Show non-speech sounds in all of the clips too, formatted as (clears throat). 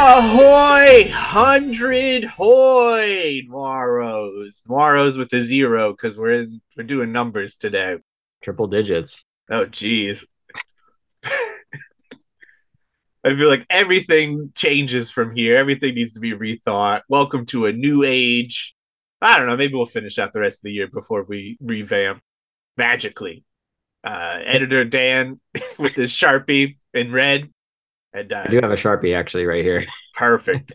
Ahoy, hundred hoy, Moros. Moros with a zero because we're in, we're doing numbers today. Triple digits. Oh, (laughs) geez. I feel like everything changes from here. Everything needs to be rethought. Welcome to a new age. I don't know. Maybe we'll finish out the rest of the year before we revamp magically. Uh, Editor Dan (laughs) with his sharpie in red, and I uh, do have a sharpie actually right here. perfect.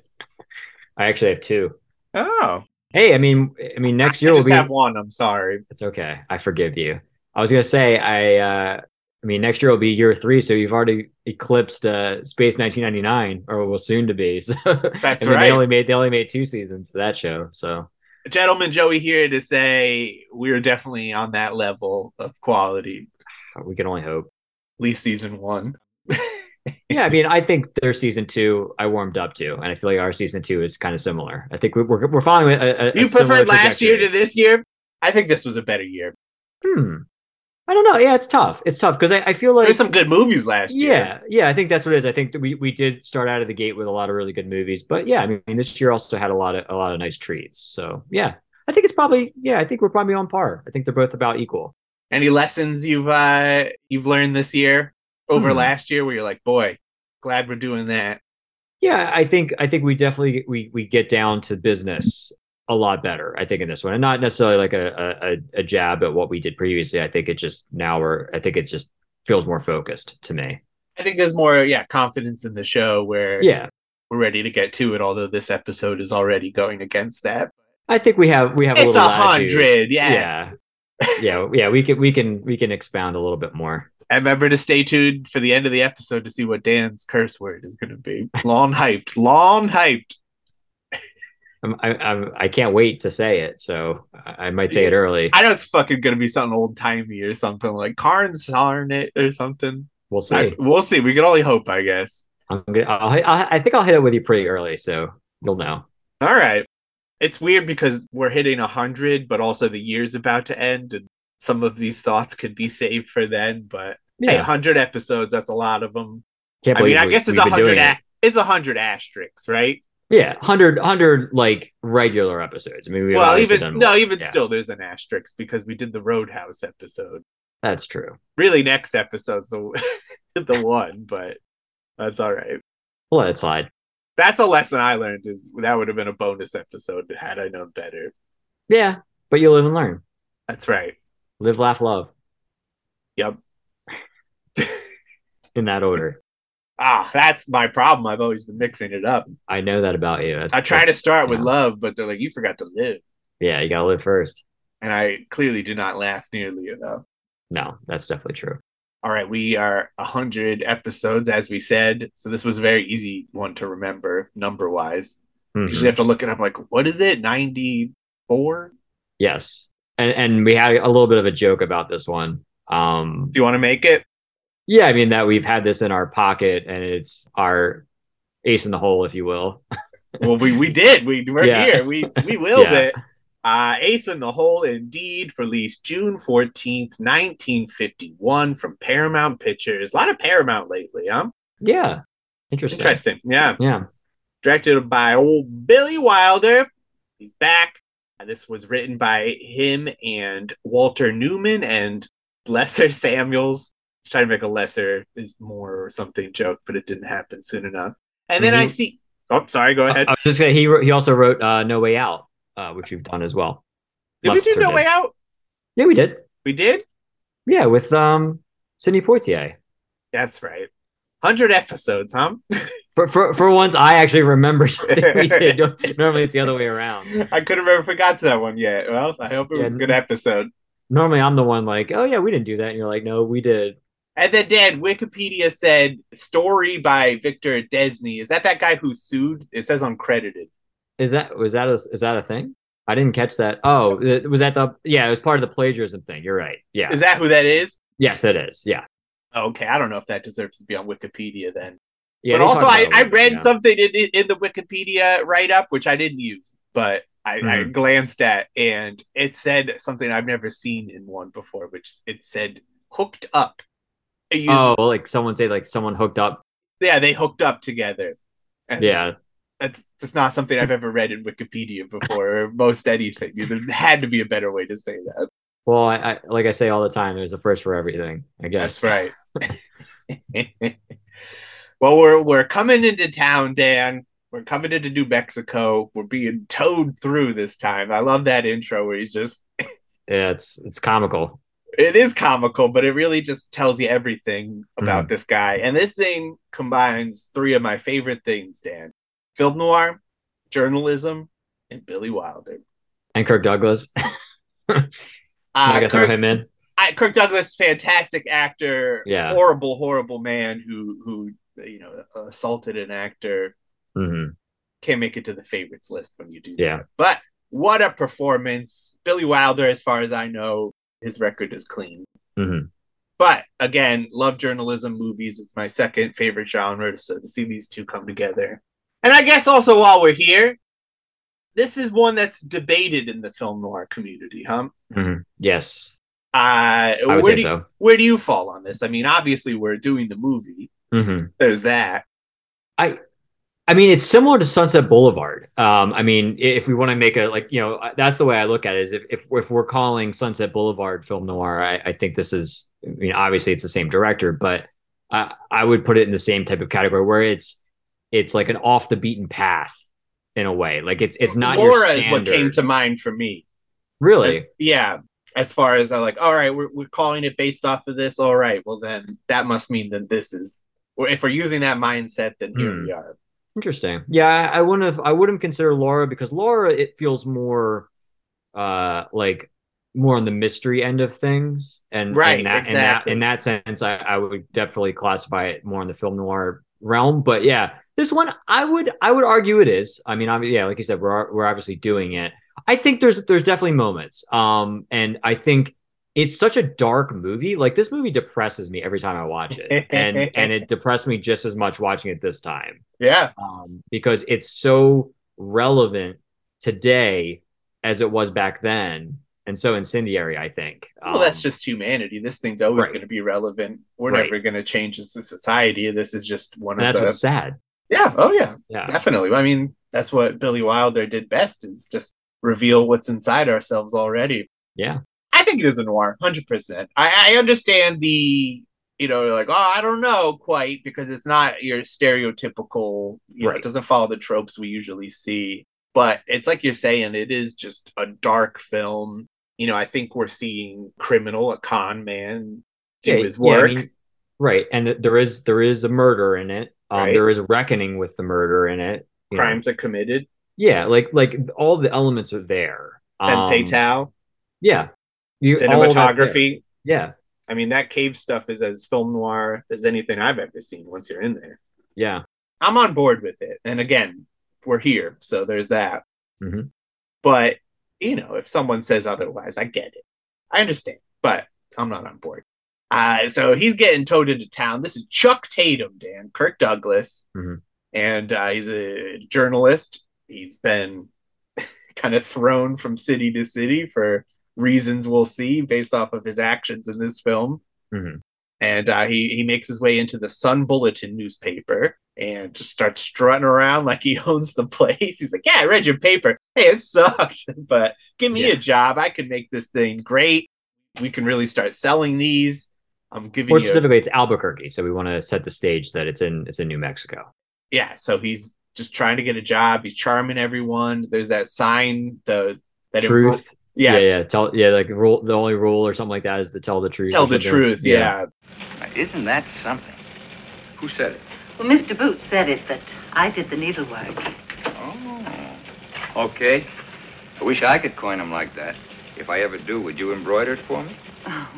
I actually have two. Oh, Hey, I mean, I mean, next you year will just be. have one. I'm sorry. It's okay. I forgive you. I was gonna say, I, uh, I mean, next year will be year three, so you've already eclipsed uh, Space 1999, or will soon to be. (laughs) So That's and then They right. only made they only made two seasons to that show. So Gentleman Joey here to say we're definitely on that level of quality, we can only hope. at least season one. Yeah, I mean, I think their season two, I warmed up to, and I feel like our season two is kind of similar. I think we, we're we're following. A, a, a You similar preferred last year trajectory. to this year? I think this was a better year. Hmm. I don't know. Yeah, it's tough. It's tough because I, I feel like There's some good movies last year. yeah, yeah. I think that's what it is. I think that we we did start out of the gate with a lot of really good movies, but yeah, I mean, this year also had a lot of a lot of nice treats. So yeah, I think it's probably yeah. I think we're probably on par. I think they're both about equal. Any lessons you've uh you've learned this year over Hmm. last year where you're like, boy, glad we're doing that. Yeah, I think I think we definitely we we get down to business a lot better. I think in this one, and not necessarily like a a- a, a jab at what we did previously. I think it just now we're. I think it just feels more focused to me. I think there's more, yeah, confidence in the show where Yeah. we're ready to get to it, although this episode is already going against that. I think we have we have a It's a little latitude. hundred, yes. Yeah, yeah, yeah. We can we can we can expound a little bit more. And remember to stay tuned for the end of the episode to see what Dan's curse word is going to be. Long hyped, long hyped. I'm, I, I'm I can't wait to say it, so I I might say it early. I know it's fucking going to be something old timey or something like Karn's Harnit or something. We'll see. I- we'll see. We can only hope, I guess. I'm gonna. I'll, hit- I'll, I think I'll hit it with you pretty early, so you'll know. All right. It's weird because we're hitting 100, but also the year's about to end. And some of these thoughts could be saved for then. But Yeah, hey, 100 episodes, that's a lot of them. can't I mean, believe I we- guess it's we've been 100, doing a- it. it's 100 asterisks, right? Yeah, 100, 100 like regular episodes. I mean, we've well, obviously even done no, even Yeah. still, there's an asterisk because we did the Roadhouse episode. That's true. Really, next episode's the (laughs) (laughs) the one, but that's all right. We'll let it slide. That's a lesson I learned. Is that would have been a bonus episode had I known better. Yeah, but you live and learn. That's right. Live, laugh, love Yep. in that order. Ah, that's my problem. I've always been mixing it up. I know that about you. I try to That's- start with yeah. love, but they're like, "You forgot to live," Yeah, you gotta live first. and I clearly did not laugh nearly enough. No, that's definitely true. All right, we are 100 episodes, as we said. So this was a very easy one to remember number wise. Mhm. usually have to look it up like what is it 94 Yes. And and we had a little bit of a joke about this one. Um do you want to make it yeah, I mean that we've had this in our pocket and it's our ace in the hole, if you will. (laughs) well we we did we we're Yeah. here we we willed Yeah. it uh ace in the hole indeed released june 14th 1951 from paramount pictures a lot of paramount lately huh Yeah. Interesting. interesting yeah Yeah. directed by old billy wilder he's back Uh, this was written by him and walter newman and lesser (laughs) samuels I was trying to make a lesser is more or something joke but it didn't happen soon enough and then Mhm. i see oh sorry go I, ahead I was just gonna he wrote, he also wrote uh No Way Out, uh, which you've done as well. did we do Lester no way out Yeah, we did. we did Yeah, with um Sidney Poitier. that's right 100 episodes huh (laughs) For, for for once I actually remember (laughs) something we (laughs) did. Normally it's the other way around. i could have never forgot to that one yet well i hope it was a Yeah. good episode Normally I'm the one like, Oh yeah, we didn't do that. And you're like, No, we did. And then, Dan, Wikipedia said story by Victor Desney. Is that that guy who sued? It says uncredited. Is that was that a is that a thing? I didn't catch that. Oh, th- was that the yeah? It was part of the plagiarism thing. You're right. Yeah. Is that who that is? yes, it is. Yeah. Okay, I don't know if that deserves to be on Wikipedia then. Yeah. but they also, talked I, about I it, read yeah. something in, in in the Wikipedia write up, which I didn't use, but I, I Mhm. glanced at and it said something I've never seen in one before, which it said hooked up. It used- Oh, well, like someone say like someone hooked up. Yeah, they hooked up together. And Yeah. that's just not something I've ever read in Wikipedia before, or most anything. There had to be a better way to say that. Well, I, I like I say all the time, there's a first for everything. I guess That's right. (laughs) well, we're we're coming into town, Dan. We're coming into New Mexico. We're being towed through this time. I love that intro where he's just Yeah, it's it's comical. it is comical, but it really just tells you everything about this guy. And this thing combines three of my favorite things, Dan. Film noir, journalism, and Billy Wilder. And Kirk Douglas, (laughs) Uh, I gotta Kirk, throw him in. I, Kirk Douglas, fantastic actor, Yeah. horrible, horrible man who who you know assaulted an actor. hmm Can't make it to the favorites list when you do Yeah. that. But what a performance! Billy Wilder, as far as I know, his record is clean. Mhm. But again, love journalism movies. It's my second favorite genre. So to see these two come together, and I guess also while we're here, this is one that's debated in the film noir community, huh? Yes, Uh, I where would say do you- so. where do you fall on this? I mean, obviously we're doing the movie. hmm There's that. I mean, it's similar to Sunset Boulevard. Um, I mean, i- if we want to make a like, you know, I- that's the way I look at it. Is if if, if we're calling Sunset Boulevard film noir, I, I think this is. I mean, obviously it's the same director, but I, I would put it in the same type of category where it's it's like an off the beaten path in a way. Like it's it's not your Laura is what came standard- to mind for me. really. Uh, yeah. As far as I like, all right, we're we're calling it based off of this. All right, well then that must mean that this is. Or if we're using that mindset, then here Hmm. we are. Interesting. Yeah, I, I wouldn't have. I wouldn't consider Laura because Laura it feels more, uh, like more on the mystery end of things, and Right, in that, exactly. In that, in that sense, I, I would definitely classify it more in the film noir realm. But yeah, this one, I would, I would argue it is. I mean, obvi- yeah, like you said, we're we're obviously doing it. I think there's there's definitely moments. Um, and I think it's such a dark movie. Like this movie depresses me every time I watch it, and (laughs) and it depressed me just as much watching it this time Yeah. um, because it's so relevant today as it was back then, and so incendiary. I think. Well, that's just humanity. This thing's always Um, right. going to be relevant. We're Right. never going to change as a society. This is just one and that's of the. what's sad. Yeah. Oh yeah. Yeah, Definitely. I mean, that's what Billy Wilder did best is just reveal what's inside ourselves already. Yeah. I think it is a noir, 100%. I, I understand the, you know, like, oh, I don't know quite because it's not your stereotypical, you know, Right. it doesn't follow the tropes we usually see. But it's like you're saying, it is just a dark film. You know, I think we're seeing criminal, a con man, do Yeah, his yeah, I work. mean, right, and th- there is there is a murder in it. Um, Right. There is reckoning with the murder in it. you know. Crimes are committed. Yeah, like like all the elements are there. Femme Um, fatale, Yeah. You- all of that's there. cinematography. Yeah. I mean, that cave stuff is as film noir as anything I've ever seen once you're in there. Yeah. I'm on board with it. And again, we're here. So there's that. Mhm. But, you know, if someone says otherwise, I get it. I understand, but I'm not on board. Uh, so he's getting towed into town. This is Chuck Tatum, Dan, Kirk Douglas. Mhm. And uh, he's a journalist. He's been (laughs) kind of thrown from city to city for reasons we'll see based off of his actions in this film Mhm. and uh, he he makes his way into the Sun Bulletin newspaper and just starts strutting around like he (laughs) owns the place. He's like, "Yeah, I read your paper. Hey, it sucks, (laughs) but give me Yeah. a job. I can make this thing great. We can really start selling these. I'm giving More you." specifically, it's Albuquerque, so we want to set the stage that it's in it's in New Mexico. yeah, so he's just trying to get a job. He's charming everyone. There's that sign, the that embro- Truth. yeah, yeah, yeah. Tell yeah, like rule the only rule or something like that is to tell the truth. tell or the something. truth. yeah, Now, isn't that something? Who said it? Well, Mr. Boot said it, but I did the needlework. Oh. Okay. I wish I could coin them like that. If I ever do, would you embroider it for me? Oh,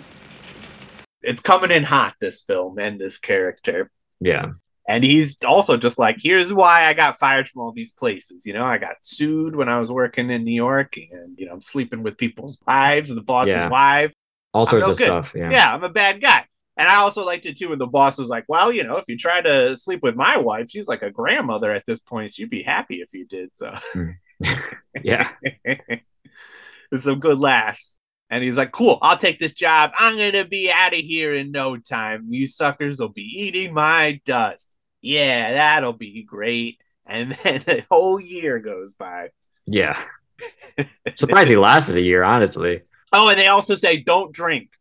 it's coming in hot. This film and this character. Yeah. And he's also just like, here's why I got fired from all these places. You know, I got sued when I was working in New York, and you know, I'm sleeping with people's wives, the boss's Yeah. wife. All sorts Oh, no of good. stuff. Yeah. Yeah. I'm a bad guy. And I also liked it too when the boss was like, well, you know, if you try to sleep with my wife, she's like a grandmother at this point. She'd be happy if you did. So Yeah. there's some good laughs. And he's like, cool, I'll take this job. I'm going to be out of here in no time. You suckers will be eating my dust. Yeah, that'll be great. and (laughs) then a whole year goes by. (laughs) Yeah. (laughs) Surprised he lasted a year, honestly. Oh, and they also say don't drink.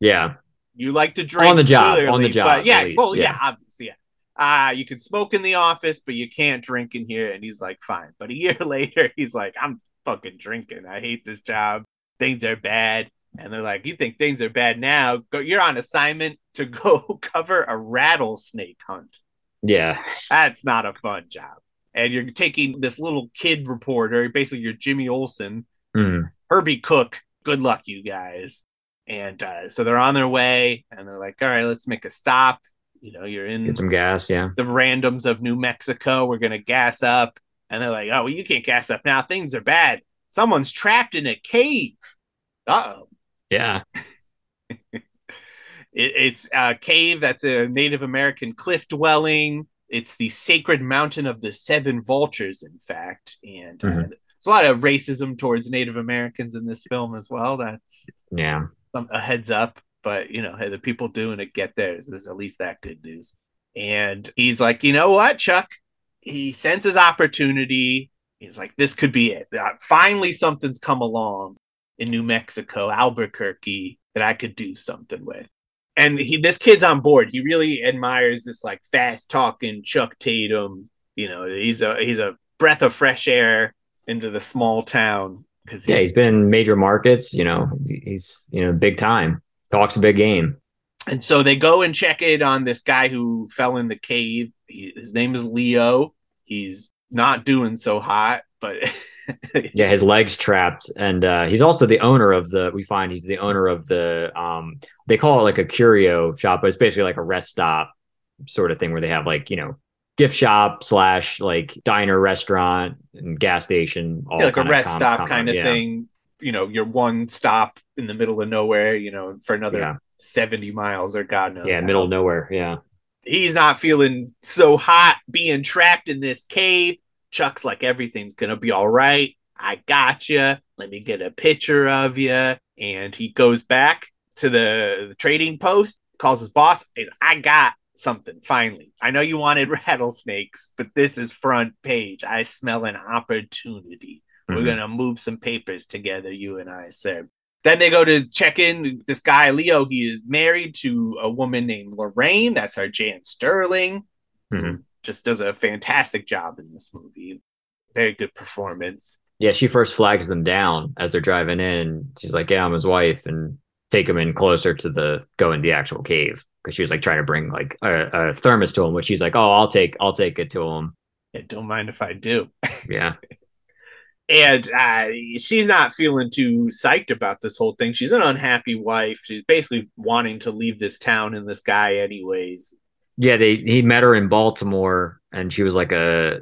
Yeah. You like to drink On the job, clearly, on the job, But yeah, at least, well, yeah, yeah. obviously, yeah. Uh, you can smoke in the office, but you can't drink in here. And he's like, fine. But a year (laughs) later, he's like, I'm fucking drinking. I hate this job. Things are bad. And they're like, you think things are bad now? Go, you're on assignment to (laughs) go cover a rattlesnake hunt. Yeah. That's not a fun job. And you're taking this little kid reporter, basically your Jimmy Olsen, Mm. Herbie Cook, good luck, you guys. And uh, so they're on their way and they're like, all right, let's make a stop. You know, you're in Get some gas. Yeah. the randoms of New Mexico. We're going to gas up. And they're like, oh, well, you can't gas up now. Things are bad. Someone's trapped in a cave. Uh oh. Yeah. It, it's a cave that's a Native American cliff dwelling. It's the sacred mountain of the seven vultures, in fact. And uh, Mhm. there's a lot of racism towards Native Americans in this film as well. That's Yeah. some, a heads up, but you know, hey, the people doing it get theirs. There's at least that good news. And he's like, you know what, Chuck? He senses opportunity. He's like, this could be it. Uh, Finally, something's come along in New Mexico, Albuquerque, that I could do something with. And he, this kid's on board. He really admires this like fast talking Chuck Tatum. You know, he's a he's a breath of fresh air into the small town because Yeah. He's been in major markets. You know, he's, you know, big time. Talks a big game. And so they go and check it on this guy who fell in the cave. He, his name is Leo. He's not doing so hot, but (laughs) Yeah. His legs trapped. And uh, he's also the owner of the, we find he's the owner of the, um, they call it like a curio shop, but it's basically like a rest stop sort of thing where they have like, you know, gift shop slash like diner restaurant and gas station. All Yeah, like a kinda rest com- stop com- kind of yeah. thing. You know, your one stop in the middle of nowhere. You know, for another Yeah. seventy miles or God knows. Yeah. how. Middle of nowhere. Yeah. he's not feeling so hot being trapped in this cave. Chuck's like, everything's gonna be all right. I got you. Let me get a picture of you. And he goes back to the trading post, calls his boss. and I got something finally. I know you wanted (laughs) rattlesnakes, but this is front page. I smell an opportunity. We're Mhm. gonna move some papers together, you and I, sir. Then they go to check in. This guy Leo, he is married to a woman named Lorraine. That's our Jan Sterling. Mhm. Just does a fantastic job in this movie. Very good performance. Yeah, she first flags them down as they're driving in. She's like, "Yeah, I'm his wife," and take him in closer to the go in the actual cave because she was like trying to bring like a, a thermos to him, which she's like, "Oh, I'll take, I'll take it to him." Yeah, don't mind if I do. Yeah, And uh, she's not feeling too psyched about this whole thing. She's an unhappy wife. She's basically wanting to leave this town and this guy, anyways. yeah. They he met her in Baltimore, and she was like a,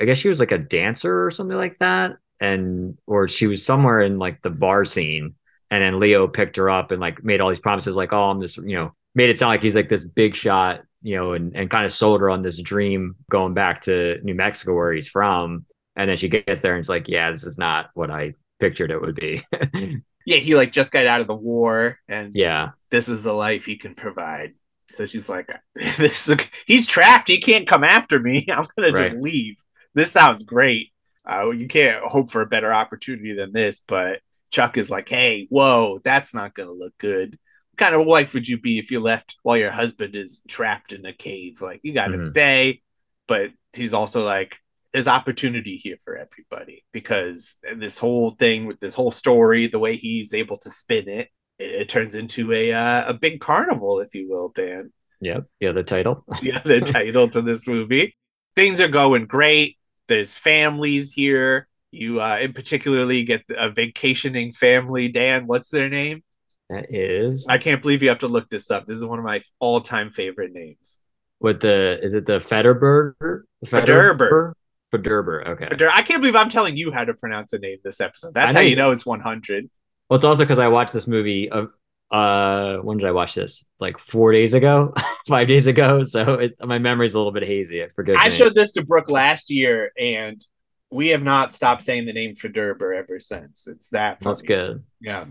I guess she was like a dancer or something like that, and or she was somewhere in like the bar scene, and then Leo picked her up and like made all these promises, like, "Oh, I'm this," you know, made it sound like he's like this big shot, you know, and, and kind of sold her on this dream going back to New Mexico where he's from. And then she gets there and it's like, yeah, this is not what I pictured it would be. (laughs) Yeah, he like just got out of the war, and yeah. this is the life he can provide. So she's like, (laughs) "This is- he's trapped. He can't come after me. (laughs) I'm gonna just Right. leave. This sounds great. Uh, you can't hope for a better opportunity than this." But Chuck is like, "Hey, whoa, that's not gonna look good. What kind of wife would you be if you left while your husband is trapped in a cave? Like, you gotta Mhm. stay." But he's also like, "There's opportunity here for everybody because this whole thing with this whole story, the way he's able to spin it." it, it turns into a uh, a big carnival, if you will, Dan. Yep. Yeah. The title. Yeah, (laughs) the title to this movie. Things are going great. There's families here. You, uh, in particularly, get a vacationing family. Dan, what's their name? That is I can't believe you have to look this up. This is one of my all-time favorite names. what the, is it the Federberger? Federber. Federber. Okay. But I can't believe I'm telling you how to pronounce a name this episode. That's I how know you you- know it's 100. Well, it's also because I watched this movie. Of, uh, when did I watch this? Like four days ago, (laughs) five days ago. So it, my memory's a little bit hazy. I forget. I the name. showed this to Brooke last year, and we have not stopped saying the name Federber ever since. It's that. That's funny. good. Yeah.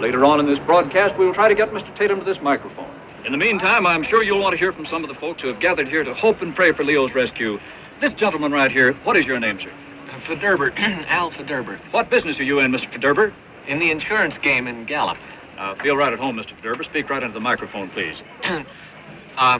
Later on in this broadcast, we will try to get Mr. Tatum to this microphone. In the meantime, I'm sure you'll want to hear from some of the folks who have gathered here to hope and pray for Leo's rescue This gentleman right here, what is your name, sir? Uh, Fiderber, (clears throat) Al Fiderber, What business are you in, Mr. Federber? in the insurance game in Gallup. Uh, feel right at home, Mr. Federber. Speak right into the microphone, please. (clears throat) Uh,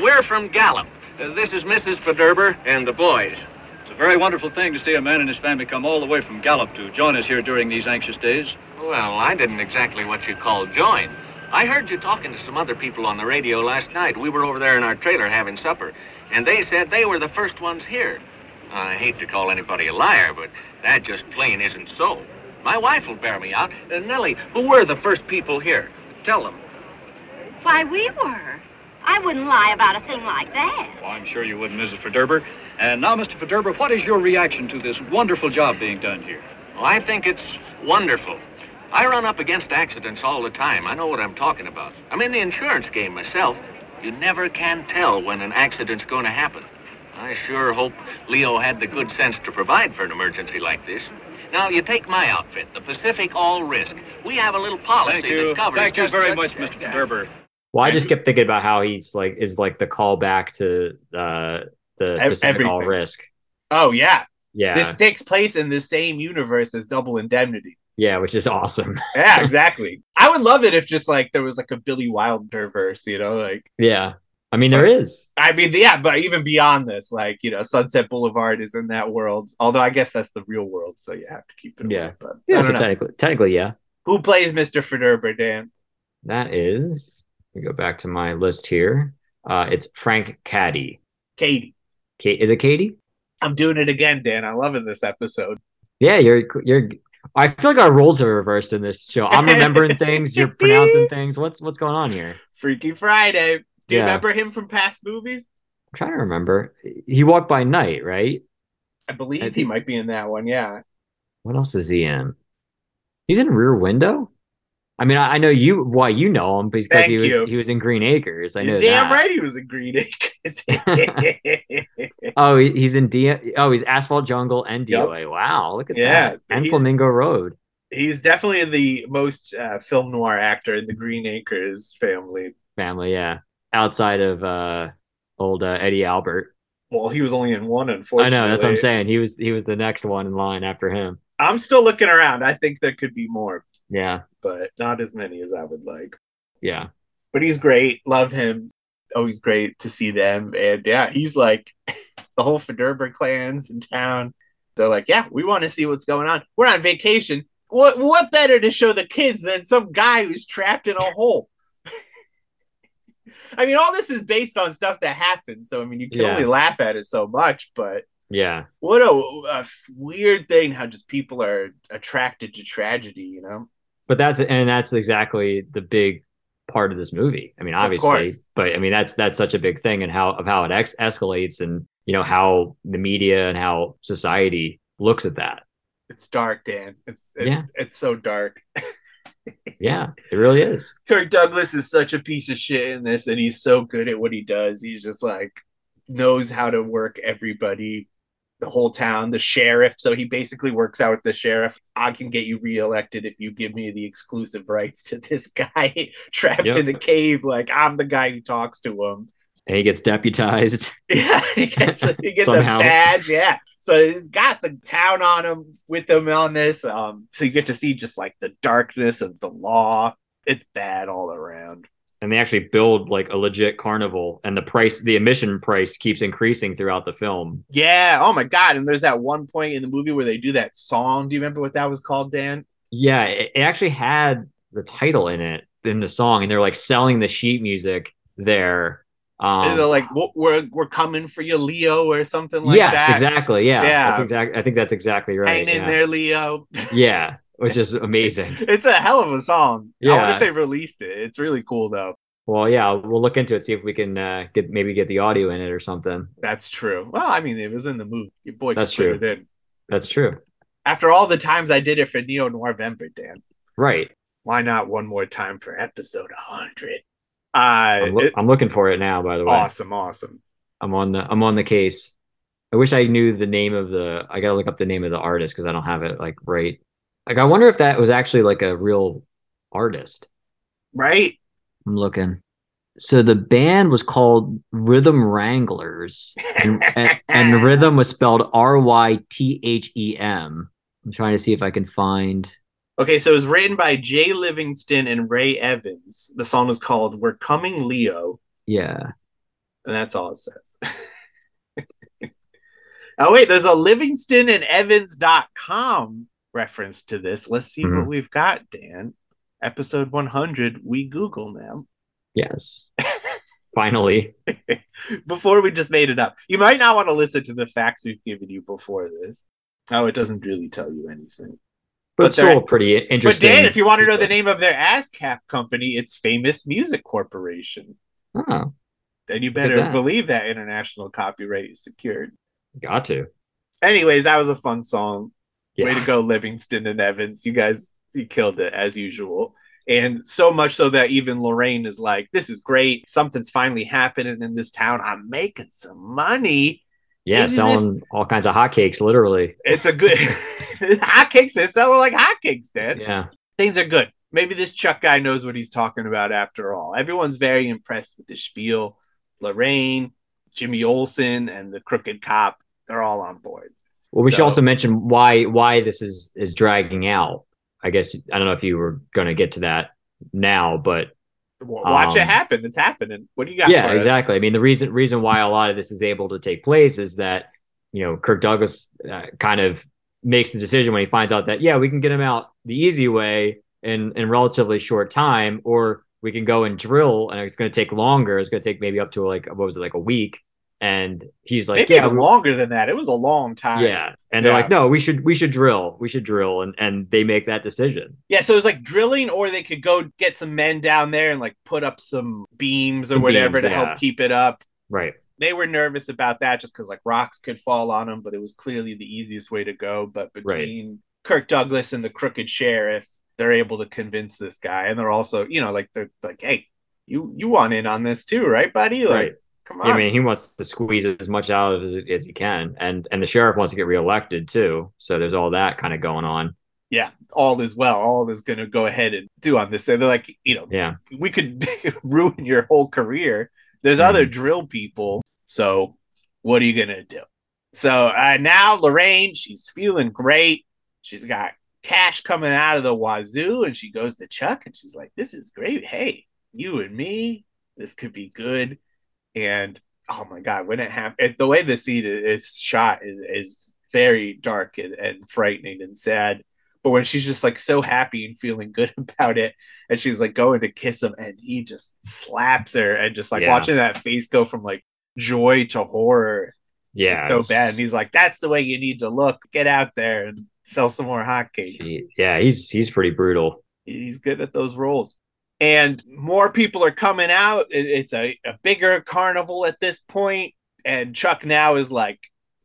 we're from Gallup. Uh, this is Mrs. Fiderber and the boys. It's a very wonderful thing to see a man and his family come all the way from Gallup to join us here during these anxious days. Well, I didn't exactly what you call join. I heard you talking to some other people on the radio last night. We were over there in our trailer having supper, and they said they were the first ones here. I hate to call anybody a liar, but that just plain isn't so. My wife will bear me out. Uh, Nellie, who were the first people here? Tell them. Why, we were. I wouldn't lie about a thing like that. Well, Oh, I'm sure you wouldn't, Mrs. Federber. And now, Mr. Federber, what is your reaction to this wonderful job being done here? Well, I think it's wonderful. I run up against accidents all the time. I know what I'm talking about. I'm in the insurance game myself. You never can tell when an accident's going to happen. I sure hope Leo had the good sense to provide for an emergency like this. Now, you take my outfit, the Pacific All Risk. We have a little policy Thank you. that covers. Thank you just very such- much, Mr. Federber. Well, I Thank just you. kept thinking about how he's like is like the callback to uh the Ev- Pacific All everything. Risk. Oh yeah. Yeah, This takes place in the same universe as Double Indemnity. yeah, which is awesome. (laughs) Yeah, exactly. I would love it if just like there was like a Billy Wilder verse, you know, like Yeah, I mean there is. I mean, yeah, but even beyond this, like you know, Sunset Boulevard is in that world. Although I guess that's the real world, so you have to keep it. away, Yeah. but I Yeah, don't so know. technically, technically, yeah, Who plays Mr. Federber, Dan? that is. Let me go back to my list here. Uh, it's Frank Caddy. Katie. Kate, is it Katie? I'm doing it again, Dan. I'm loving this episode. Yeah, you're you're. I feel like our roles are reversed in this show. (laughs) I'm remembering things. You're pronouncing things. What's what's going on here? I'm Freaky Friday. Do you Yeah. remember him from past movies? trying to remember. He walked by night, right? I believe I he think- might be in that one. Yeah. What else is he in? He's in Rear Window. I mean, I, I know you. Why you know him because Thank he was you. he was in Green Acres. I know You're damn that. right he was in Green (laughs) (laughs) Acres. Oh, he- he's in D. Oh, he's Asphalt Jungle and DOA. Wow, look at Yeah, that. And he's- Flamingo Road. He's definitely the most uh, film noir actor in the Green Acres family. Family, yeah. Outside of uh old uh, Eddie Albert. Well, he was only in one, I unfortunately. know that's what I'm saying. He was he was the next one in line after him. I'm still looking around. I think there could be more, Yeah, but not as many as I would like. yeah. But he's great. Love him. Always great to see them. And yeah, he's like (laughs) the whole Federber clans in town. They're like, yeah, we want to see what's going on. We're on vacation. What what better to show the kids than some guy who's trapped in a hole? (laughs) I mean, all this is based on stuff that happened. So I mean, you can Yeah. only laugh at it so much, but Yeah. what a, a f- weird thing how just people are attracted to tragedy you know But that's and that's exactly the big part of this movie. I mean, obviously, course. but I mean that's that's such a big thing and how of how it ex- escalates and you know how the media and how society looks at that. it's dark dan it's it's, it's so dark Yeah, it really is. kirk douglas is such a piece of shit in this and he's so good at what he does he's just like knows how to work everybody the whole town the sheriff so he basically works out with the sheriff i can get you reelected if you give me the exclusive rights to this guy (laughs) trapped Yep. in a cave like i'm the guy who talks to him (laughs) And he gets deputized. (laughs) Yeah, he gets a, he gets a Somehow. badge. Yeah, so he's got the town on him with him on this. Um, so you get to see just like the darkness of the law. It's bad all around. and they actually build like a legit carnival and the price the admission price keeps increasing throughout the film Yeah. Oh my god. And there's that one point in the movie where they do that song. Do you remember what that was called, Dan? yeah it, it actually had the title in it in the song and they're like selling the sheet music there um And they're like, "We're- "We're we're coming for you, Leo," or something like yes that. exactly yeah, Yeah. that's exactly i think that's exactly right Hang in yeah. there, Leo. (laughs) yeah which is amazing (laughs) It's a hell of a song. I wonder Yeah. if they released it. It's really cool though. well yeah we'll look into it see if we can uh, get maybe get the audio in it or something That's true. Well, I mean, it was in the movie. Your boy That's could put true. it in. that's true After all the times I did it for Neo Noir Vember, Dan, right why not one more time for episode 100? Uh, I'm, loo- it- I'm looking for it now by the way awesome, awesome. I'm on the I'm on the case. I wish I knew the name of the I gotta look up the name of the artist because I don't have it like right. Like I wonder if that was actually like a real artist. Right? I'm looking. so the band was called Rhythm Wranglers, and, and, (laughs) and rhythm was spelled R Y T H E M. I'm trying to see if I can find. Okay, so it was written by Jay Livingston and Ray Evans. The song is called We're Coming Leo, Yeah, and that's all it says. (laughs) oh, wait, there's a Livingston and Evans.com reference to this. Let's see what Mhm. we've got, Dan. Episode 100, we Google them. (laughs) yes. Finally, before we just made it up. You might not want to listen to the facts we've given you before this. Oh, it doesn't really tell you anything. but, But still they're- a pretty But interesting. Dan, if you want to know the name of their ASCAP company, it's Famous Music Corporation. oh, Then you at better that. believe that international copyright is secured. got to. Anyways, that was a fun song. Yeah. Way to go, Livingston and Evans. You guys, you killed it as usual. And so much so that even Lorraine is like, this is great. Something's finally happening in this town. I'm making some money. Yeah, Isn't this- selling all kinds of hotcakes, literally. It's a good (laughs) hotcakes. They're selling like hotcakes, Dan. Yeah, Things are good. Maybe this Chuck guy knows what he's talking about after all. Everyone's very impressed with the spiel. Lorraine, Jimmy Olsen, and the crooked cop, they're all on board. Well, we should So- also mention why why this is is dragging out. I guess I don't know if you were going to get to that now, but W- Watch it Um, happen. It's happening. What do you got? yeah, for us? exactly. I mean, the reason reason why a lot of this is able to take place is that you know Kirk Douglas uh, kind of makes the decision when he finds out that yeah, we can get him out the easy way in in relatively short time, or we can go and drill, and it's going to take longer. It's going to take maybe up to like what was it like a week, and he's like, Maybe yeah, even we- longer than that. It was a long time. yeah, and they're Yeah. like, no, we should we should drill, we should drill, and and they make that decision. Yeah, so it was like drilling, or they could go get some men down there and like put up some beams or Some whatever to beams, yeah. help keep it up. Right. they were nervous about that just because like rocks could fall on them, but it was clearly the easiest way to go. But Right. between Kirk Douglas and the crooked sheriff, they're able to convince this guy, and they're also you know like they're like, hey, you you want in on this too, right, buddy? Like, Right. come on. I mean, he wants to squeeze as much out of it as he can, and and the sheriff wants to get reelected too. So there's all that kind of going on. yeah, all is well. All is going to go ahead and do on this. And they're like, you know, Yeah, we could (laughs) ruin your whole career. There's Mhm. other drill people. So what are you going to do? So uh, now Lorraine, she's feeling great. She's got cash coming out of the wazoo and she goes to Chuck and she's like, this is great. Hey, you and me, this could be good. And oh my God, when it happened, the way the scene is, is shot is, is very dark and, and frightening and sad. But when she's just like so happy and feeling good (laughs) about it, and she's like going to kiss him and he just slaps her and just like Yeah. watching that face go from like joy to horror yeah, is so it's- bad and he's like that's the way you need to look get out there and sell some more hotcakes he- yeah, he's he's pretty brutal. he's good at those roles and more people are coming out It- it's a, a bigger carnival at this point and chuck now is like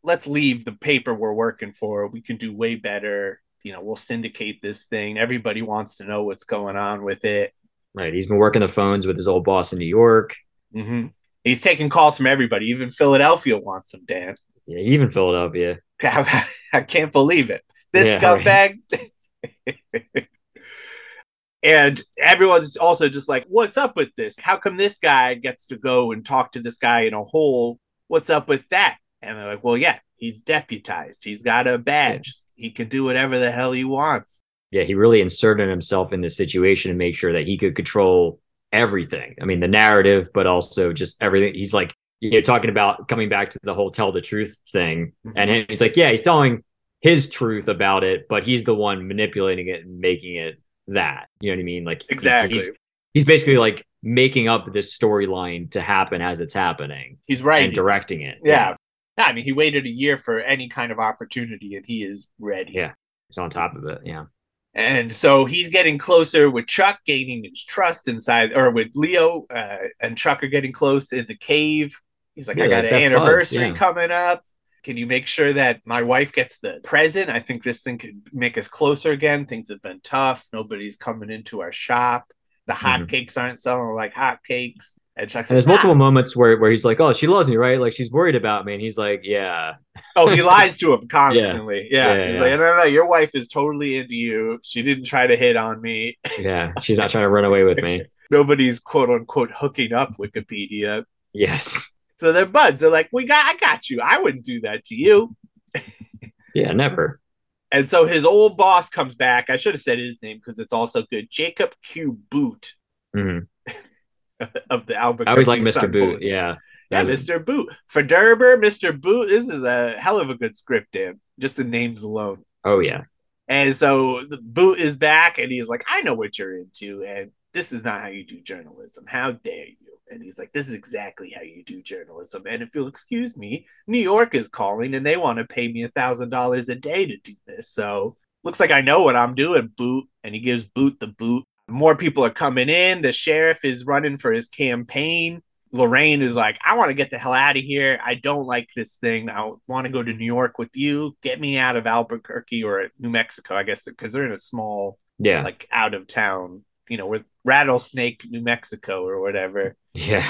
let's leave the paper we're working for we can do way better you know we'll syndicate this thing everybody wants to know what's going on with it Right, he's been working the phones with his old boss in New York. hmm He's taking calls from everybody. Even Philadelphia wants him, Dan. Yeah, even Philadelphia. (laughs) I can't believe it. This Yeah, scumbag. (laughs) and everyone's also just like, what's up with this? How come this guy gets to go and talk to this guy in a hole? What's up with that? And they're like, well, yeah, he's deputized. He's got a badge. He can do whatever the hell he wants. Yeah, he really inserted himself in this situation to make sure that he could control everything. I mean, the narrative, but also just everything. He's like, you know, talking about coming back to the whole tell the truth thing. and him- he's like, yeah, he's telling his truth about it, but he's the one manipulating it and making it that. You know what I mean? Like he's- Exactly. He's, he's basically like making up this storyline to happen as it's happening he's right. and directing it. Yeah. I mean, he waited a year for any kind of opportunity and he is ready. Yeah. he's on top of it. Yeah, And so he's getting closer with Chuck, gaining his trust inside, or with Leo uh, and Chuck are getting close in the cave. He's like, Yeah, I got like an Best Buds, anniversary yeah. coming up. Can you make sure that my wife gets the present? I think this thing could make us closer again. Things have been tough. Nobody's coming into our shop. The Mhm. hotcakes aren't selling like hotcakes. And Chuck's and like, there's multiple "Ah." moments where where he's like, oh, she loves me, right? Like she's worried about me, and he's like, yeah, Oh, (laughs) he lies to him constantly. Yeah. Yeah, He's yeah. like, no, no, no, your wife is totally into you. She didn't try to hit on me. (laughs) yeah, she's not trying to run away with me. nobody's quote unquote hooking up Wikipedia. Yes. So they're buds. They're like, we got, I got you. I wouldn't do that to you. Yeah, never. And so his old boss comes back. I should have said his name because it's also good. Jacob Q. Boot Mhm. (laughs) of the I Albuquerque. always like Mr. Sun Boot. Bulletin. Yeah. Yeah, That was- Mr. Boot. For Derber, Mr. Boot, this is a hell of a good script, Dan, just the names alone. Oh yeah. And so the Boot is back and he's like, I know what you're into, and this is not how you do journalism. How dare you? And he's like, This is exactly how you do journalism. And if you'll excuse me, New York is calling and they want to pay me a thousand dollars a day to do this. So looks like I know what I'm doing, Boot. And he gives Boot the boot. More people are coming in. The sheriff is running for his campaign. Lorraine is like, I want to get the hell out of here. I don't like this thing. I want to go to New York with you. Get me out of Albuquerque or New Mexico, I guess, because they're in a small, Yeah. like, out of town, you know, with Rattlesnake, New Mexico, or whatever. yeah.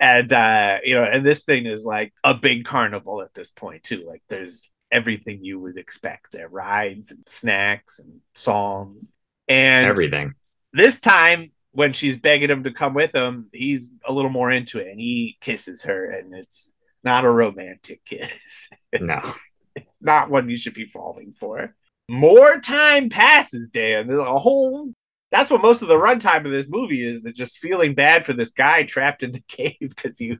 And, uh, you know, and this thing is like a big carnival at this point, too. Like, there's everything you would expect there rides and snacks and songs. And Everything. this time when she's begging him to come with him he's a little more into it and he kisses her and it's not a romantic (laughs) kiss (laughs) No. not one you should be falling for more time passes dan There's a whole that's what most of the runtime of this movie is that just feeling bad for this guy trapped in the (laughs) cave because you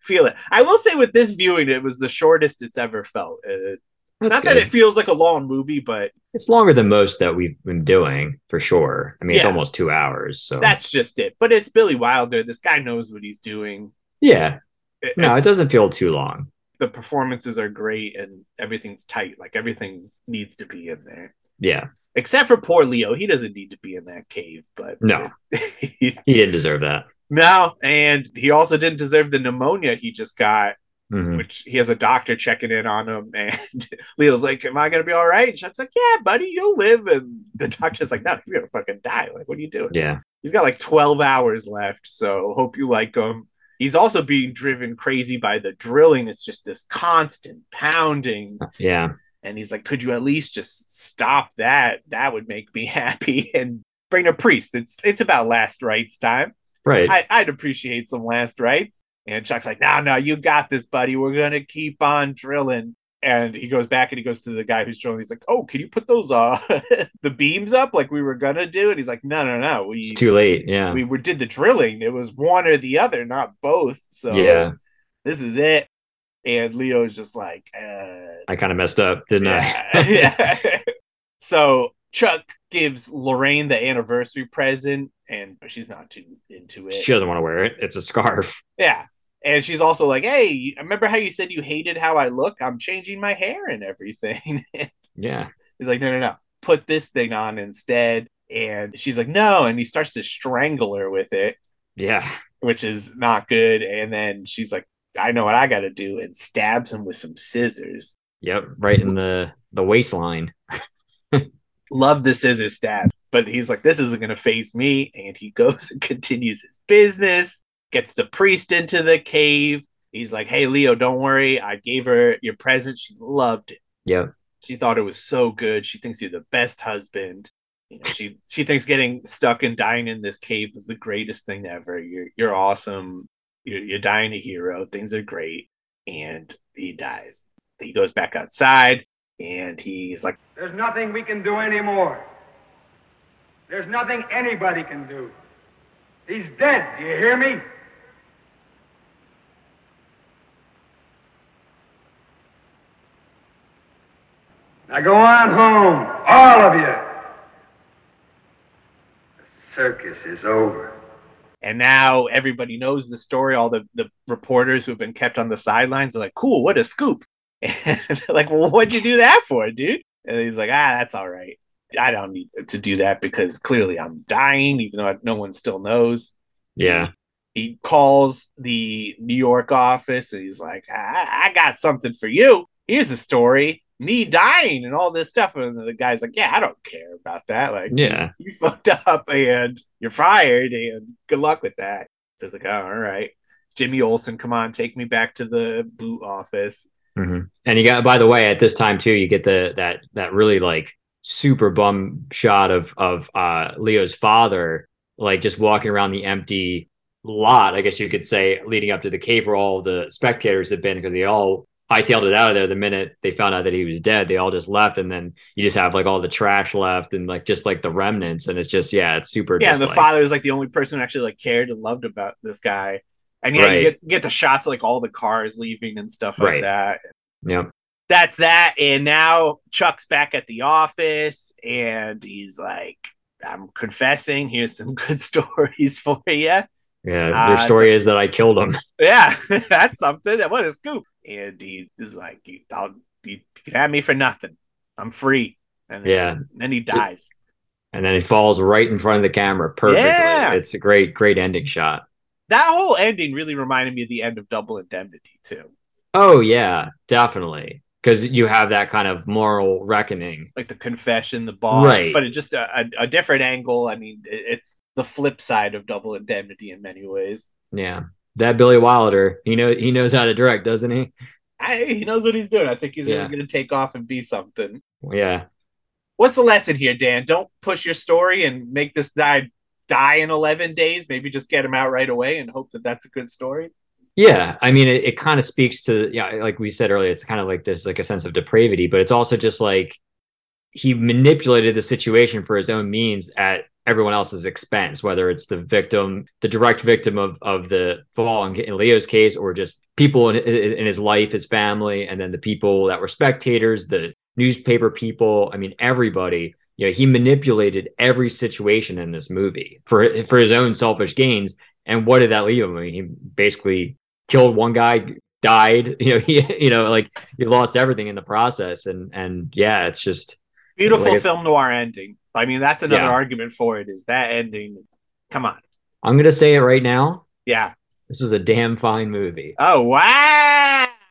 feel it i will say with this viewing it was the shortest it's ever felt Uh, That's not that good. it feels like a long movie but it's longer than most that we've been doing for sure. I mean, it's Yeah. almost two hours. So that's just it but it's billy wilder this guy knows what he's doing yeah. It- No, it it's- doesn't feel too long. the performances are great and everything's tight. Like everything needs to be in there, Yeah. except for poor Leo. He doesn't need to be in that cave, but No. He- He didn't deserve that. (laughs) no. And he also didn't deserve the pneumonia he just got, Mhm. which he has a doctor checking in on him. (laughs) And Leo's like, "Am I gonna be all right?" And Shep's like, "Yeah, buddy, you'll live." And the doctor's like, "No, he's gonna fucking die. Like, what are you doing?" Yeah. He's got like 12 hours left, so hope you like him. He's also being driven crazy by the drilling. It's just this constant pounding. Yeah. And he's like, Could you at least just stop that? That would make me (laughs) happy. And bring a priest. It's it's about last rites time. Right. I, I'd appreciate some last rites. And Chuck's like, No, no, you got this, buddy. We're gonna keep on drilling. And he goes back and he goes to the guy who's drilling. He's like, Oh, can you put those uh (laughs) the beams up like we were gonna do? And he's like, No, no, no. We it's too late. Yeah. we were did the drilling. It was one or the other, not both. So Yeah. this is it. And Leo's just like, uh, I kind of messed up, didn't (laughs) yeah. (laughs) yeah. So Chuck gives Lorraine the anniversary present, and she's not too into I? it. She doesn't want to wear it. It's a scarf. Yeah. And she's also like, hey, remember how you said you hated how I look? I'm changing my hair and everything. (laughs) Yeah. He's like, no, no, no, put this thing on instead. And she's like, no. And he starts to strangle her with it. Yeah. which is not good. And then she's like, I know what I got to do, and stabs him with some scissors. Yep. Right (laughs) in the the waistline. Love the scissor stab. But he's like, this isn't going to phase me. And he (laughs) goes and continues his business, gets the priest into the cave. He's like, hey, Leo, don't worry. I gave her your present. She loved it. Yep. She thought it was so good. She thinks you're the best husband. You know, she she thinks getting stuck and dying in this cave was the greatest thing ever. You're you're awesome. You're, you're dying a hero. Things are great. And he dies. He goes back outside and he's like, There's nothing we can do anymore. There's nothing anybody can do. He's dead, do you hear me? Now go on home, all of you. The circus is over. and now everybody knows the story. All the the reporters who've been kept on the sidelines are like, cool, what a scoop. (laughs) And they're like, well, what'd you do that for, dude? And he's like, ah, that's all right. I don't need to do that because clearly I'm dying, even though no one still knows. Yeah. he calls the New York office and he's like, I, I got something for you. Here's a story. Me dying and all this stuff. And the guy's like, Yeah, I don't care about that. Like, Yeah. you fucked up and you're fired and good luck with that. So it's like, oh, all right. Jimmy Olsen, come on, take me back to the boot office. Mhm. And you got by the way, at this time too, you get the that that really like super bum shot of of uh Leo's father like just walking around the empty lot, I guess you could say, leading up to the cave where all the spectators had been because they all hightailed it out of there the minute they found out that he was dead. They all just left, and then you just have like all the trash left and like just like the remnants, and it's just yeah, it's super. yeah, and the dislike. father is like the only person who actually like cared and loved about this guy. And yeah, Right. you get, get the shots of like all the cars leaving and stuff like Right. that. Yep. That's that. And now Chuck's back at the office and he's like, I'm confessing. Here's some (laughs) good stories for you. Yeah, Uh, their story is that I (laughs) killed him. Yeah, that's something. What a scoop. And he is like, you, I'll, you can have me for nothing. I'm free. And then, Yeah. then he dies. And then it falls right in front of the camera perfectly. Yeah. It's a great, great ending shot. That whole ending really reminded me of the end of Double Indemnity, too. Oh yeah, definitely. Because you have that kind of moral reckoning. like the confession, the boss, Right. but it just a, a, a different angle. I mean, it, it's the flip side of Double Indemnity in many ways. Yeah. That Billy Wilder, he know he knows how to direct, doesn't he? I, he knows what he's doing. I think he's Yeah. really going to take off and be something. Yeah. What's the lesson here, Dan? Don't push your story and make this guy die in 11 days. Maybe just get him out right away and hope that that's a good story. Yeah, I mean, it, it kind of speaks to yeah, like we said earlier, it's kind of like there's like a sense of depravity, but it's also just like he manipulated the situation for his own means at everyone else's expense, whether it's the victim, the direct victim of of the fall in, in Leo's case, or just people in, in in his life, his family, and then the people that were spectators, the newspaper people. I mean, everybody. You know, he manipulated every situation in this movie for for his own selfish gains. And what did that leave him? I mean, he basically killed one guy died (laughs) you know he, you know like you lost everything in the process and and yeah it's just Beautiful Like it- film noir ending. I mean, that's another Yeah. argument for it is that ending. Come on. i'm gonna say it right now Yeah. this was a damn fine movie Oh,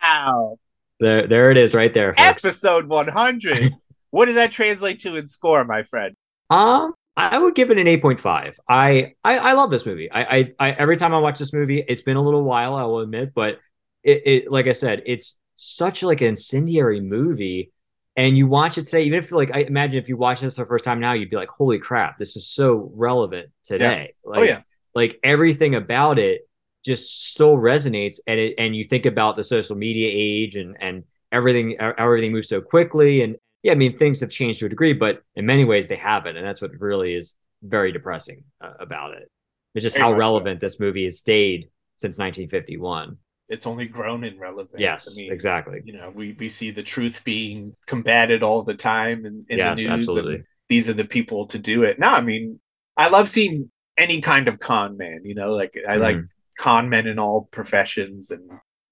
wow. there there it is right there folks. Episode (laughs) 100. what does that translate to in score, my friend? Um, I would give it an eight point five. I, I I love this movie. I, I I every time I watch this movie, it's been a little while, I will admit, but it, it like I said, it's such like an incendiary movie. And you watch it today, even if like I imagine if you watch this for the first time now, you'd be like, "Holy crap, this is so relevant today!" Like, oh yeah, like everything about it just still resonates and it and you think about the social media age and and everything how everything moves so quickly and yeah i mean things have changed to a degree but in many ways they haven't and that's what really is very depressing uh, about it it's just Very how much so. relevant this movie has stayed since 1951 it's only grown in relevance. yes I mean, exactly You know, we we see the truth being combated all the time in, in yes the news. and absolutely these are the people to do it. No, I mean, I love seeing any kind of con man. You know, like I like Mm-hmm. Mm. con men in all professions, and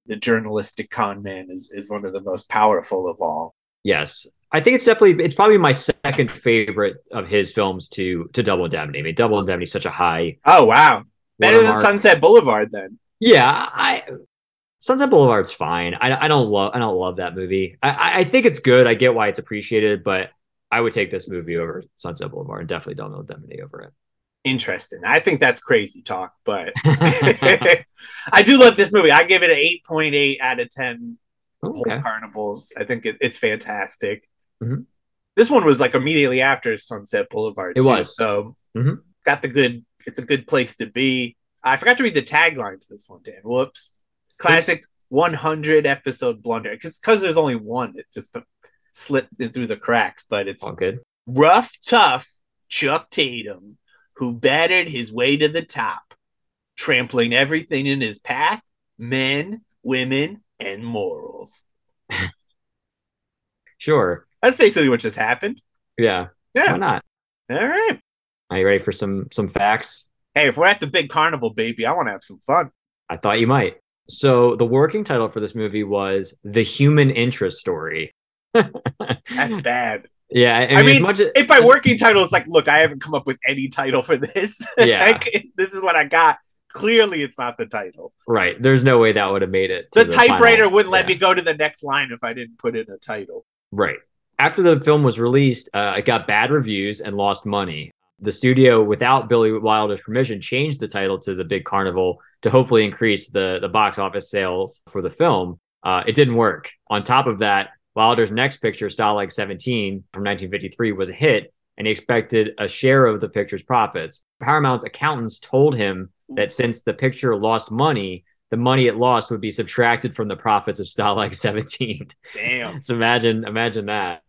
the journalistic con man is is one of the most powerful of all. Yes. I think it's definitely it's probably my second favorite of his films to to Double Indemnity. I mean, Double Indemnity is such a high Oh wow, better than watermark. Sunset Boulevard then. Yeah, I Sunset Boulevard's fine. I, I don't love I don't love that movie. I- I, I think it's good. I get why it's appreciated, but I would take this movie over Sunset Boulevard and definitely Donald Demony over Interesting. I think that's crazy talk, but (laughs) it. (laughs) I do love this movie. I give it an eight point eight out of ten whole okay. carnivals. I think it, it's fantastic. Mhm. This one was like immediately after Sunset Boulevard. It too, was. so Mhm. got the good. It's a good place to be. I forgot to read the tagline to this one, Dan. Whoops! Classic 100 episode blunder because there's only one. It just slipped in through the cracks, but it's All good. rough, tough Chuck Tatum, who battered his way to the top, trampling everything in his path men, women, and morals. Sure. That's basically what just happened. Yeah. Yeah. Why not? All right. Are you ready for some some facts? Hey, if we're at the big carnival, baby, I want to have some fun. I thought you might. So the working title for this movie was The Human Interest Story. (laughs) That's bad. yeah, I mean, as mean, much as, If by working title, it's like, look, I haven't come up with any title for this. (laughs) Yeah. Like, this is what I got. Clearly, it's not the title. right, there's no way that would have made it. to The, typewriter final- wouldn't let yeah. me go to the next line if I didn't put in a title. Right. After the film was released, uh, it got bad reviews and lost money. The studio, without Billy Wilder's permission, changed the title to The Big Carnival to hopefully increase the, the box office sales for the film. Uh, it didn't work. On top of that, Wilder's next picture, Style Like 17, from 1953, was a hit and he expected a share of the picture's profits. Paramount's accountants told him that since the picture lost money, the money it lost would be subtracted from the profits of Stalag 17. Damn. (laughs) so imagine, imagine that.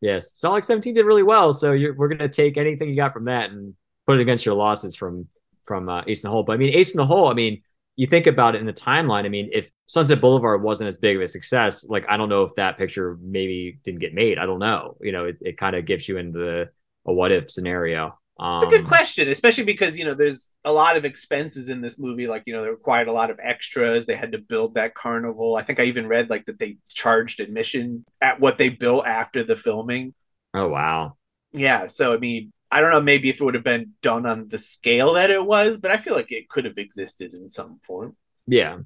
Yes, Stalag 17 did really well. So you're, we're going to take anything you got from that and put it against your losses from from uh, Ace in the Hole. But I mean, Ace in the Hole. I mean, you think about it in the timeline. I mean, if Sunset Boulevard wasn't as big of a success, like I don't know if that picture maybe didn't get made. I don't know. You know, it, it kind of gets you into the, a what if scenario. Um, It's a good question, especially because you know there's a lot of expenses in this movie. Like you know, they required a lot of extras. They had to build that carnival. I think I even read like that they charged admission at what they built after the filming. Oh wow. Yeah, so I mean, I don't know. Maybe if it would have been done on the scale that it was, but I feel like it could have existed in some form. Yeah.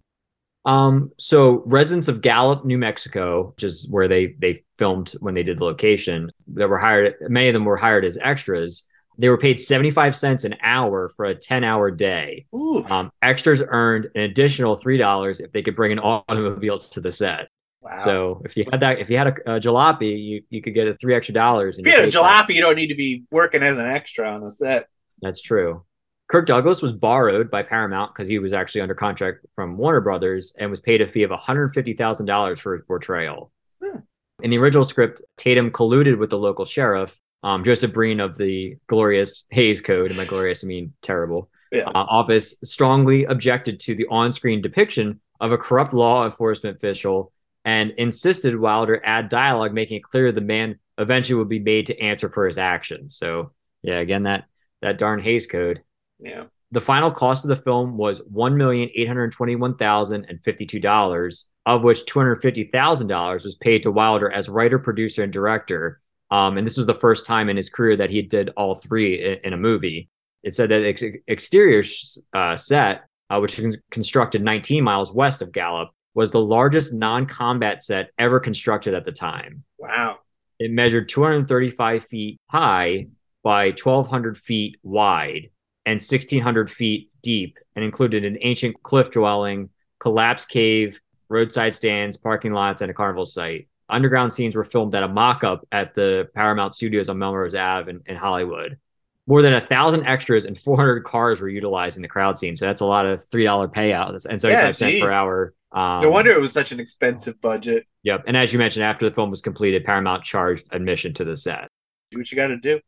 Um, so residents of Gallup, New Mexico, which is where they they filmed when they did the location, that were hired many of them were hired as extras. They were paid 75 cents an hour for a 10-hour day. Ooh, Um, extras earned an additional three dollars if they could bring an automobile to the set. wow. So if you had that, if you had a, a jalopy, you, you could get a three extra dollars. in if you your had a jalopy, paycheck. you don't need to be working as an extra on the set. That's true. Kirk Douglas was borrowed by Paramount because he was actually under contract from Warner Brothers and was paid a fee of $150,000 for his portrayal. Hmm. In the original script, Tatum colluded with the local sheriff, um, Joseph Breen of the glorious Hayes Code, and by glorious, I mean terrible, Yeah. uh, office, strongly objected to the on screen depiction of a corrupt law enforcement official and insisted Wilder add dialogue, making it clear the man eventually would be made to answer for his actions. So, yeah, again, that that darn Hayes code. Yeah. The final cost of the film was one million eight hundred twenty-one thousand and fifty-two dollars, of which two hundred fifty thousand dollars was paid to Wilder as writer, producer, and director. Um, and this was the first time in his career that he did all three in, in a movie. It said that ex- exterior sh- uh, set, uh, which was constructed 19 miles west of Gallup, was the largest non-combat set ever constructed at the time. Wow. It measured 235 feet high by 1,200 feet wide and 1,600 feet deep and included an ancient cliff dwelling, collapsed cave, roadside stands, parking lots, and a carnival site. Underground scenes were filmed at a mock up at the Paramount Studios on Melrose Ave in, in Hollywood. More than a thousand extras and 400 cars were utilized in the crowd scene. So that's a lot of $3 payouts and 75 cents geez. per hour. Um, No wonder it was such an expensive budget. Yep. And as you mentioned, after the film was completed, Paramount charged admission to the set Do what you got to do.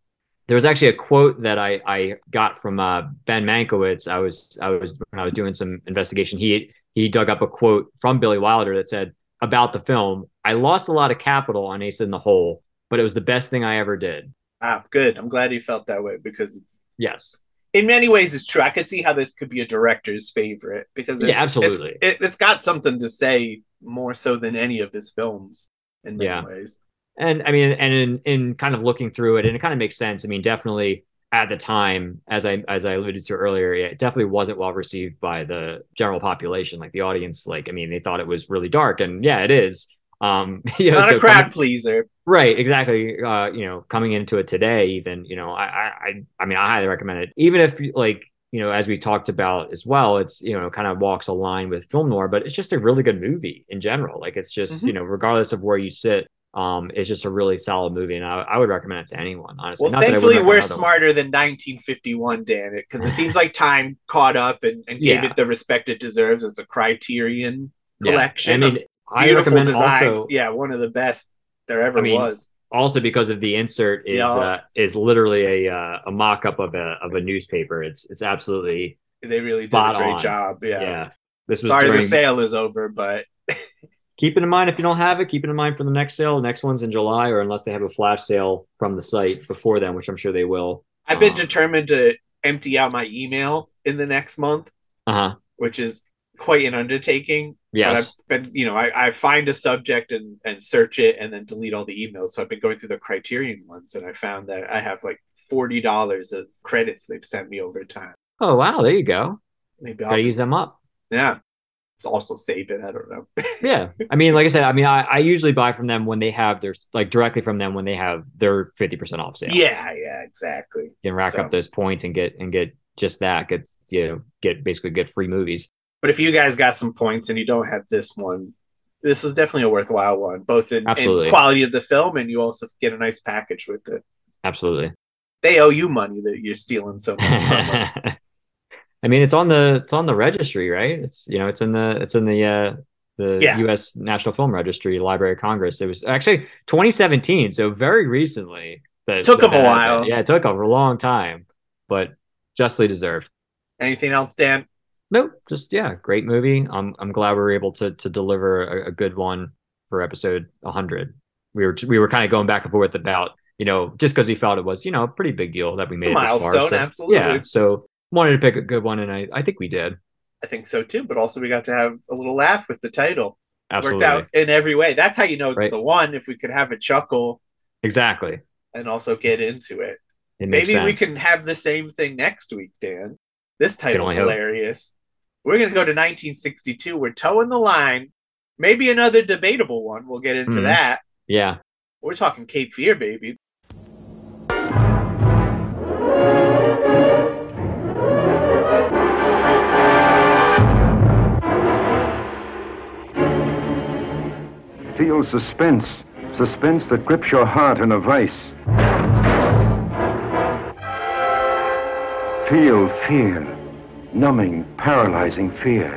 there was actually a quote that I, I got from uh, Ben Mankowitz. I was I was when I was doing some investigation. He he dug up a quote from Billy Wilder that said about the film. I lost a lot of capital on Ace in the Hole, but it was the best thing I ever did. Ah, good. I'm glad he felt that way because it's Yes, in many ways it's true. I could see how this could be a director's favorite because it, yeah, absolutely. It's, it, it's got something to say more so than any of his films in many Yeah. ways. and I mean, and in, in kind of looking through it, and it kind of makes sense. I mean, definitely at the time, as I as I alluded to earlier, it definitely wasn't well received by the general population, like the audience. Like, I mean, they thought it was really dark, and yeah, it is. Um, (laughs) you know, Not so a crowd coming- pleaser. Right, exactly. Uh, you know, coming into it today, even you know, I, I, I- I mean, I highly recommend it. Even if you- like you know, as we talked about as well, it's you know, kind of walks a line with film noir, but it's just a really good movie in general. Like it's just Mhm. you know, regardless of where you sit, um, it's just a really solid movie, and I, I would recommend it to anyone. Honestly, Well, Not that I would thankfully we're recommend otherwise. smarter than 1951, Dan, because it seems like time caught up and, and gave Yeah. it the respect it deserves as a criterion Yeah. collection. I mean, I Beautiful recommend design. also. yeah, one of the best there ever I mean, was. also because of the insert is Yeah. uh, is literally a uh, a mock up of a of a newspaper. It's it's absolutely They really did a spot great on. job. yeah. Yeah. This was Sorry, during, the sale is over, but keep it in mind if you don't have it keep it in mind for the next sale the next one's in july or unless they have a flash sale from the site before then which i'm sure they will I've been Um, determined to empty out my email in the next month, uh-huh which is quite an undertaking. yes But I've been, you know, I, I find a subject and, and search it and then delete all the emails. So I've been going through the criterion ones and I found that I have like $40 of credits they've sent me over time. oh wow there you go Maybe I'll, gotta use them up yeah. It's also save it. I don't know. (laughs) yeah i mean like i said i mean I, I usually buy from them when they have their like directly from them when they have their 50% off sale Yeah. Yeah, exactly. you can rack So- up those points and get and get just that get you know get basically get free movies But if you guys got some points and you don't have this one, this is definitely a worthwhile one, both in, in Absolutely. quality of the film and you also get a nice package with it. absolutely They owe you money that you're stealing so much from (laughs) them. I mean, it's on the it's on the registry, right? It's you know, it's in the it's in the uh the Yeah. U.S. National Film Registry, Library of Congress. It was actually 2017, so very recently. That, Took 'em that a happened. while. Yeah, it took 'em a long time, but justly deserved. Anything else, Dan? Nope, just yeah, great movie. I'm I'm glad we were able to to deliver a, a good one for episode 100. We were we were kind of going back and forth about you know just because we felt it was you know a pretty big deal that we It's made a it this far, milestone, so- absolutely. Yeah, so wanted to pick a good one, and I I think we did I think so too. But also, we got to have a little laugh with the title. absolutely Worked out in every way. That's how you know it's Right. the one. If we could have a chuckle exactly. and also get into it, It makes maybe we sense. can have the same thing next week, Dan. This title's only hope. hilarious. We're gonna go to 1962. We're towing the line. Maybe another debatable one. We'll get into Mhm. that. yeah We're talking Cape Fear, baby. Feel suspense. Suspense that grips your heart in a vice. Feel fear. Numbing, paralyzing fear.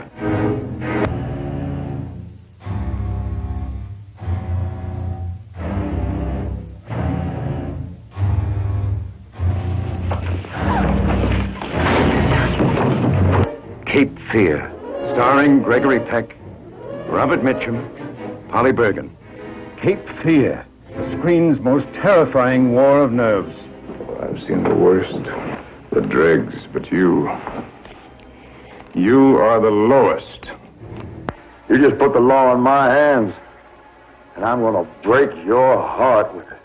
Cape Fear, starring Gregory Peck, Robert Mitchum, Polly Bergen. Cape Fear, the screen's most terrifying war of nerves. I've seen the worst, the dregs, but you. You are the lowest. You just put the law in my hands, and I'm going to break your heart with it.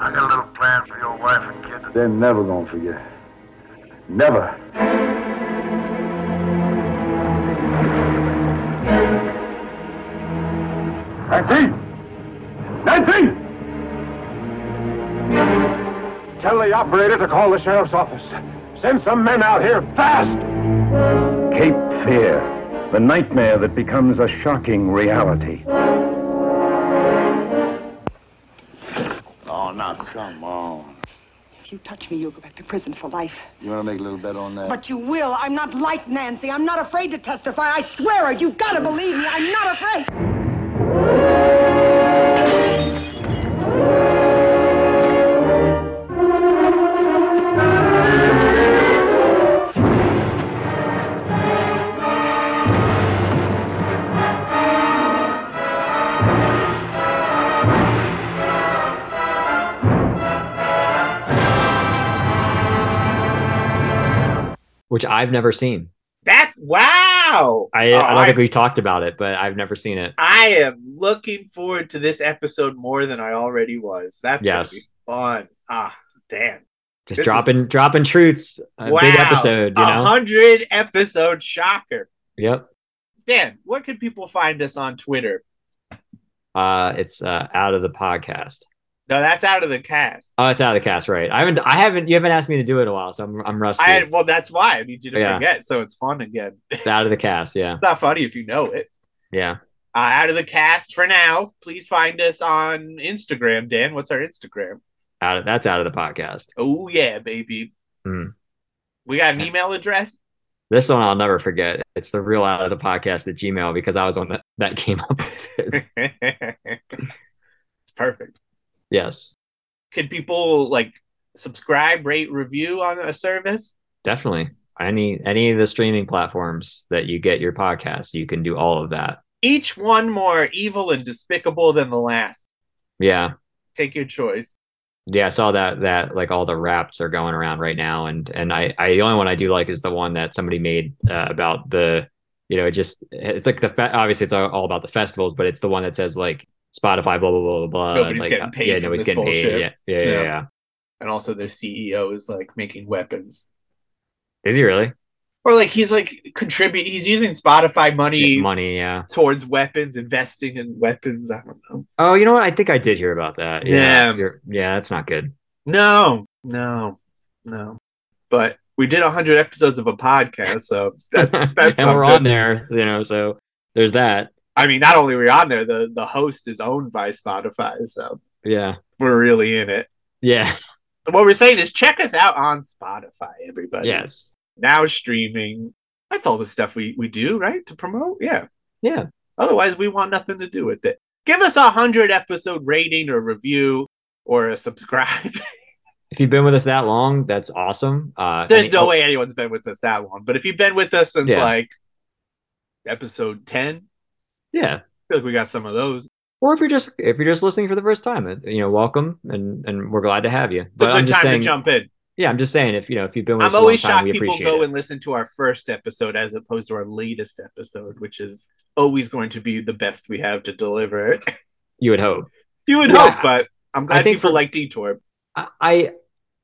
I got a little plan for your wife and kids. They're never going to forget. Never. Nancy! Nancy! Tell the operator to call the sheriff's office. Send some men out here fast. Cape Fear, the nightmare that becomes a shocking reality. Oh, now come on. If you touch me, you'll go back to prison for life. You want to make a little bet on that? But you will. I'm not like Nancy. I'm not afraid to testify. I swear it. You've got to believe me. I'm not afraid. which I've never seen. That wow! I, Oh, I don't think we talked about it, but I've never seen it. I am looking forward to this episode more than I already was. That's Yes. gonna be fun. Ah, damn. This Just is- dropping dropping truths. A big episode, you A know. hundred episode shocker. Yep. Dan, where can people find us on Twitter? Uh, it's uh, out of the podcast. No, that's out of the cast. Oh, it's out of the cast, right? I haven't, I haven't. You haven't asked me to do it in a while, so I'm, I'm rusty. I well, that's why I need you to Yeah. forget, so it's fun again. It's out of the cast. Yeah, It's not funny if you know it. yeah. Uh, out of the cast for now. Please find us on Instagram. Dan, what's our Instagram? Out of that's out of the podcast. Oh yeah, baby. Mm. We got an email (laughs) address. This one I'll never forget. It's the real out of the podcast at Gmail because I was on that that came up (laughs) with it. it's perfect. yes, Can people like subscribe, rate, review on a service? definitely. Any any of the streaming platforms that you get your podcast, you can do all of that. Each one more evil and despicable than the last. Yeah. Take your choice. yeah i saw that that like all the raps are going around right now and and i i the only one i do like is the one that somebody made uh, about the you know it just it's like the fe- obviously it's all, all about the festivals but it's the one that says like spotify blah blah blah blah blah and, Nobody's like, getting uh, paid yeah from nobody's this getting bullshit. paid yeah yeah, yeah Yeah. yeah And also their CEO is like making weapons. is he really Or like he's like contribute he's using Spotify money Yeah, money yeah towards weapons, investing in weapons. I don't know. oh you know what i think i did hear about that yeah Yeah. you're- yeah that's not good No, no, no. But we did hundred episodes of a podcast, so (laughs) that's that's and we're something. on there you know so there's that I mean, not only are we on there, the the host is owned by Spotify, so yeah we're really in it. yeah what we're saying is check us out on Spotify, everybody. Yes. Now streaming. That's all the stuff we, we do, right? To promote? Yeah. Yeah. Otherwise, we want nothing to do with it. Give us a 100 episode rating or review or a (laughs) subscribe. If you've been with us that long, that's awesome. Uh, There's any- no way anyone's been with us that long. But if you've been with us since Yeah. like episode 10, I Yeah. feel like we got some of those. Or if you're just if you're just listening for the first time, uh, you know, welcome and and we're glad to have you. It's a But good I'm just time saying, to jump in. yeah, I'm just saying if you know if you've been with us I'm a long always time, shocked we people appreciate go it. and listen to our first episode as opposed to our latest episode, which is always going to be the best we have to deliver. (laughs) You would hope. you would Yeah. hope, but I'm glad think people for- like Detour. I- I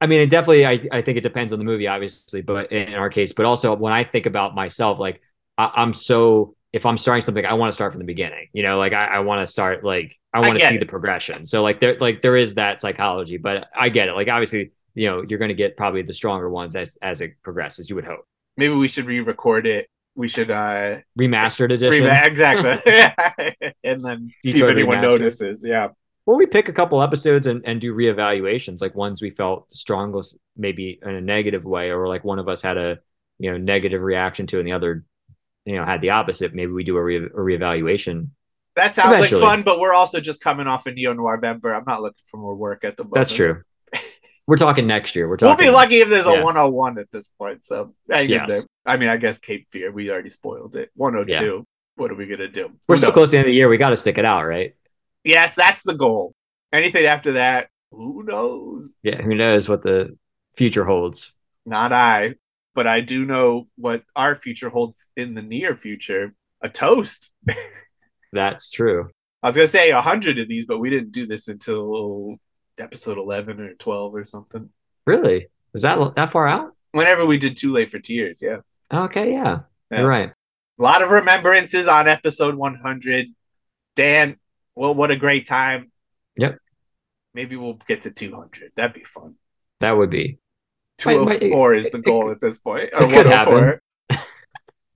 I mean it definitely I, I think it depends on the movie obviously but in our case but also when I think about myself like I, I'm so if I'm starting something I want to start from the beginning you know like I, I want to start like I I want to get see it. the progression so like there like there is that psychology but I get it like obviously you know you're going to get probably the stronger ones as as it progresses you would hope Maybe we should re-record it. We should uh remastered edition re- (laughs) (laughs) exactly, and then see if Detour anyone remastered. notices. Yeah, Well, we pick a couple episodes and, and do reevaluations, like ones we felt strongest, maybe in a negative way, or like one of us had a you know negative reaction to, and the other you know had the opposite. Maybe we do a, re- a reevaluation. that sounds Eventually. like fun, but we're also just coming off a neo noir member. I'm not looking for more work at the moment. That's true. (laughs) We're talking next year. We're We'll talking. be lucky if there's a yeah. 101 at this point. So hang in Yes. there. I mean, I guess Cape Fear. We already spoiled it. 102. What are we gonna do? We're Who so knows? close to the end of the year. We got to stick it out, right? Yes, that's the goal. Anything after that, who knows? Yeah. Who knows what the future holds? Not I, but I do know what our future holds in the near future. A toast. That's true. I was gonna say a hundred of these, but we didn't do this until episode eleven or twelve or something. Really? Was that that far out? Whenever we did Too Late for Tears, yeah. Okay. Yeah. Yeah. You're right. A lot of remembrances on episode one hundred. Dan, well, what a great time. Yep. Maybe we'll get to two hundred. That'd be fun. That would be. Two Might- might- hundred four is the it- goal at this point. Or it could one hundred four.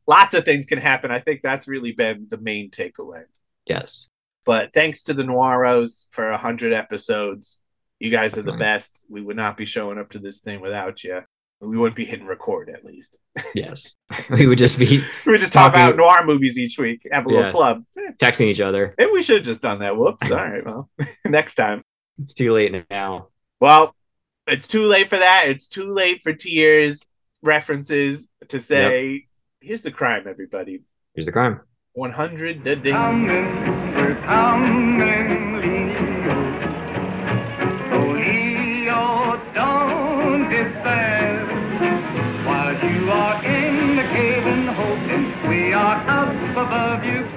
Lots of things can happen. I think that's really been the main takeaway. Yes. But thanks to the Noiros for 100 episodes. You guys are the Definitely. best. We would not be showing up to this thing without you. We wouldn't be hitting record, at least. Yes. (laughs) we would (laughs) just be We just talk Talking- about noir movies each week, have a little Yeah. club. Eh, texting each other. Maybe we should have just done that. (laughs) Whoops. All right. Well, (laughs) next time. It's too late now. Well, it's too late for that. It's too late for tears, references to say, here's the crime, everybody. Here's the crime. 100 the ding. Coming, we're coming, Leo. So Leo, don't despair. While you are in the cave and hoping, we are up above you